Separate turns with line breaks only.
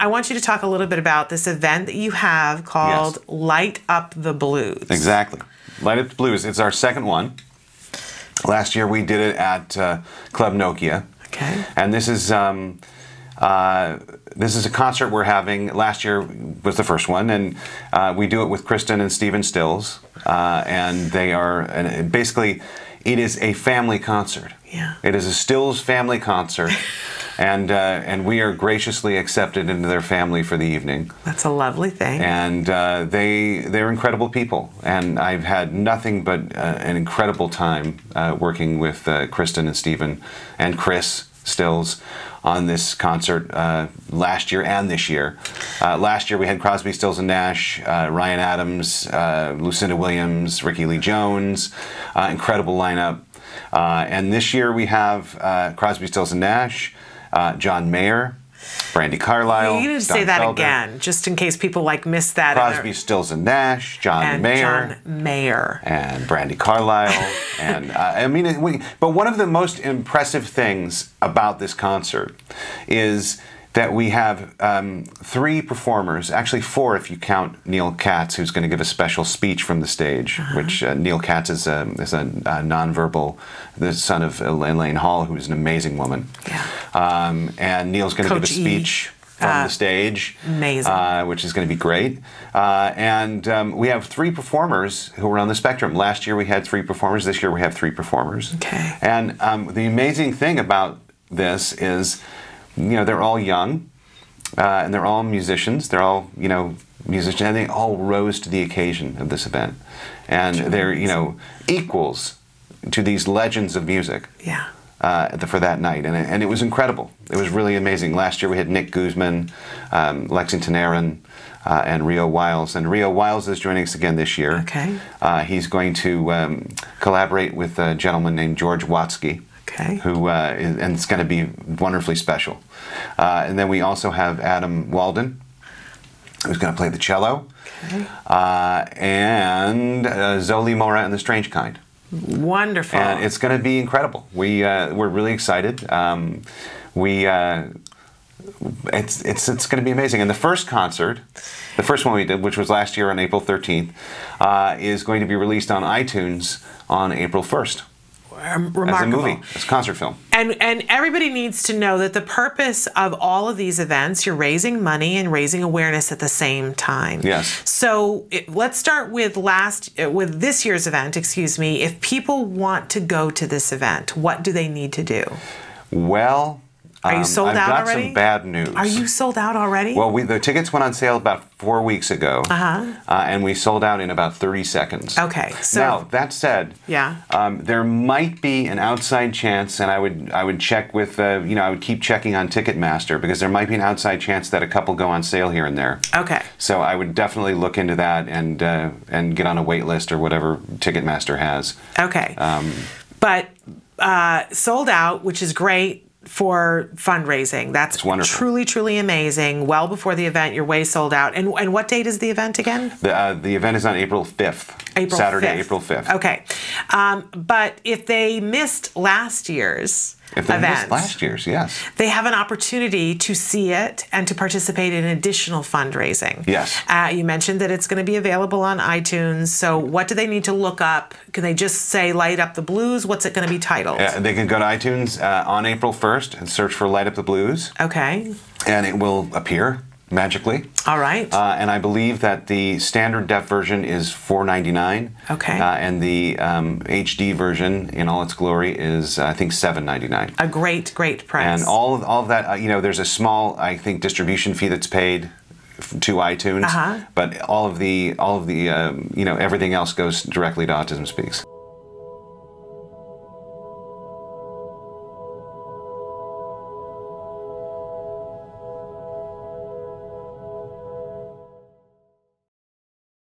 I want you to talk a little bit about this event that you have called
Yes.
Light Up the Blues.
Exactly. Light Up the Blues. It's our second one. Last year we did it at uh, Club Nokia.
Okay.
And this is um, uh, this is a concert we're having. Last year was the first one, and uh, we do it with Kristen and Steven Stills, uh, and they are and it- basically it is a family concert.
Yeah.
It is a Stills family concert, and uh, and we are graciously accepted into their family for the evening
That's a lovely thing.
and uh, they they're incredible people. And I've had nothing but uh, an incredible time uh, working with uh, Kristen and Stephen and Chris Stills on this concert uh, last year and this year. Uh, last year we had Crosby, Stills and Nash, uh, Ryan Adams, uh, Lucinda Williams, Ricky Lee Jones, uh, incredible lineup. Uh, and this year we have uh, Crosby, Stills and Nash, uh, John Mayer, Brandy Carlisle.
you need to
Don
say that
Felder.
again, just in case people like miss that. and
Crosby,
they're-
Stills and Nash, John
and
Mayer,
John Mayer.
and Brandy Carlisle, and uh, I mean, it- we, but one of the most impressive things about this concert is that we have um, three performers, actually four if you count Neil Katz, who's going to give a special speech from the stage.
Uh-huh.
Which uh, Neil Katz is a is a, uh nonverbal, the son of Elaine Hall, who's an amazing woman.
Yeah.
Um, and Neil's going to give a
Coach E. uh,
speech from the stage.
amazing.
Uh, uh, which is going to be great. Uh, and um, we have three performers who are on the spectrum. Last year we had three performers. This year we have three performers.
Okay.
And um, the amazing thing about this is, you know, they're all young, uh, and they're all musicians. They're all you know musicians, and they all rose to the occasion of this event, and they're you know equals to these legends of music
Yeah.
uh, at the- for that night, and it, and it was incredible. It was really amazing. Last year we had Nick Guzman, um, Lexington Aaron, uh, and Rio Wiles, and Rio Wiles is joining us again this year.
Okay.
Uh, he's going to um, collaborate with a gentleman named George Watsky.
Okay.
Who uh, is, and it's going to be wonderfully special. Uh, and then we also have Adam Walden, who's going to play the cello,
Okay.
uh, and uh, Zoli Mora and the Strange Kind
Wonderful.
and Uh, it's going to be incredible. We uh, we're really excited. Um, we uh, it's it's it's going to be amazing. And the first concert, the first one we did, which was last year on April thirteenth, uh, is going to be released on iTunes on April first
Rem-
as a
remarkable.
movie, as a concert film.
And and everybody needs to know that the purpose of all of these events, you're raising money and raising awareness at the same time.
Yes.
So it, let's start with last uh, with this year's event. Excuse me. If people want to go to this event, what do they need to do?
Well,
Are you
um,
sold
I've
out
got
already?
some bad news.
Are you sold out already?
Well, we, the tickets went on sale about four weeks ago,
Uh-huh.
uh, and we sold out in about 30 seconds.
Okay, so-
now that said,
Yeah.
um, there might be an outside chance, and I would I would check with uh, you know I would keep checking on Ticketmaster because there might be an outside chance that a couple go on sale here and there.
okay.
So I would definitely look into that and uh, and get on a wait list or whatever Ticketmaster has.
Okay.
Um,
but uh, sold out, which is great for fundraising. That's
wonderful.
truly, truly amazing. Well before the event, you're way sold out. And and what date is the event again?
The uh, the event is on April fifth,
April Oh,
Saturday,
5th.
April fifth.
Okay, um, but if they missed last year's
If they
event,
missed last year's, yes.
they have an opportunity to see it and to participate in additional fundraising.
Yes.
Uh, you mentioned that it's going to be available on iTunes. So what do they need to look up? Can they just say "Light Up the Blues"? What's it going to be titled?
Uh, they can go to iTunes uh, on April 1st and search for Light Up the Blues,
Okay.
and it will appear magically.
All right.
Uh, and I believe that the standard def version is 4.99.
Okay.
Uh, and the um, HD version, in all its glory, is uh, I think 7.99.
a great, great price.
And all of, all of that, uh, you know, there's a small, I think, distribution fee that's paid f- to iTunes.
Uh-huh.
But all of the, all of the, um, you know, everything else goes directly to Autism Speaks.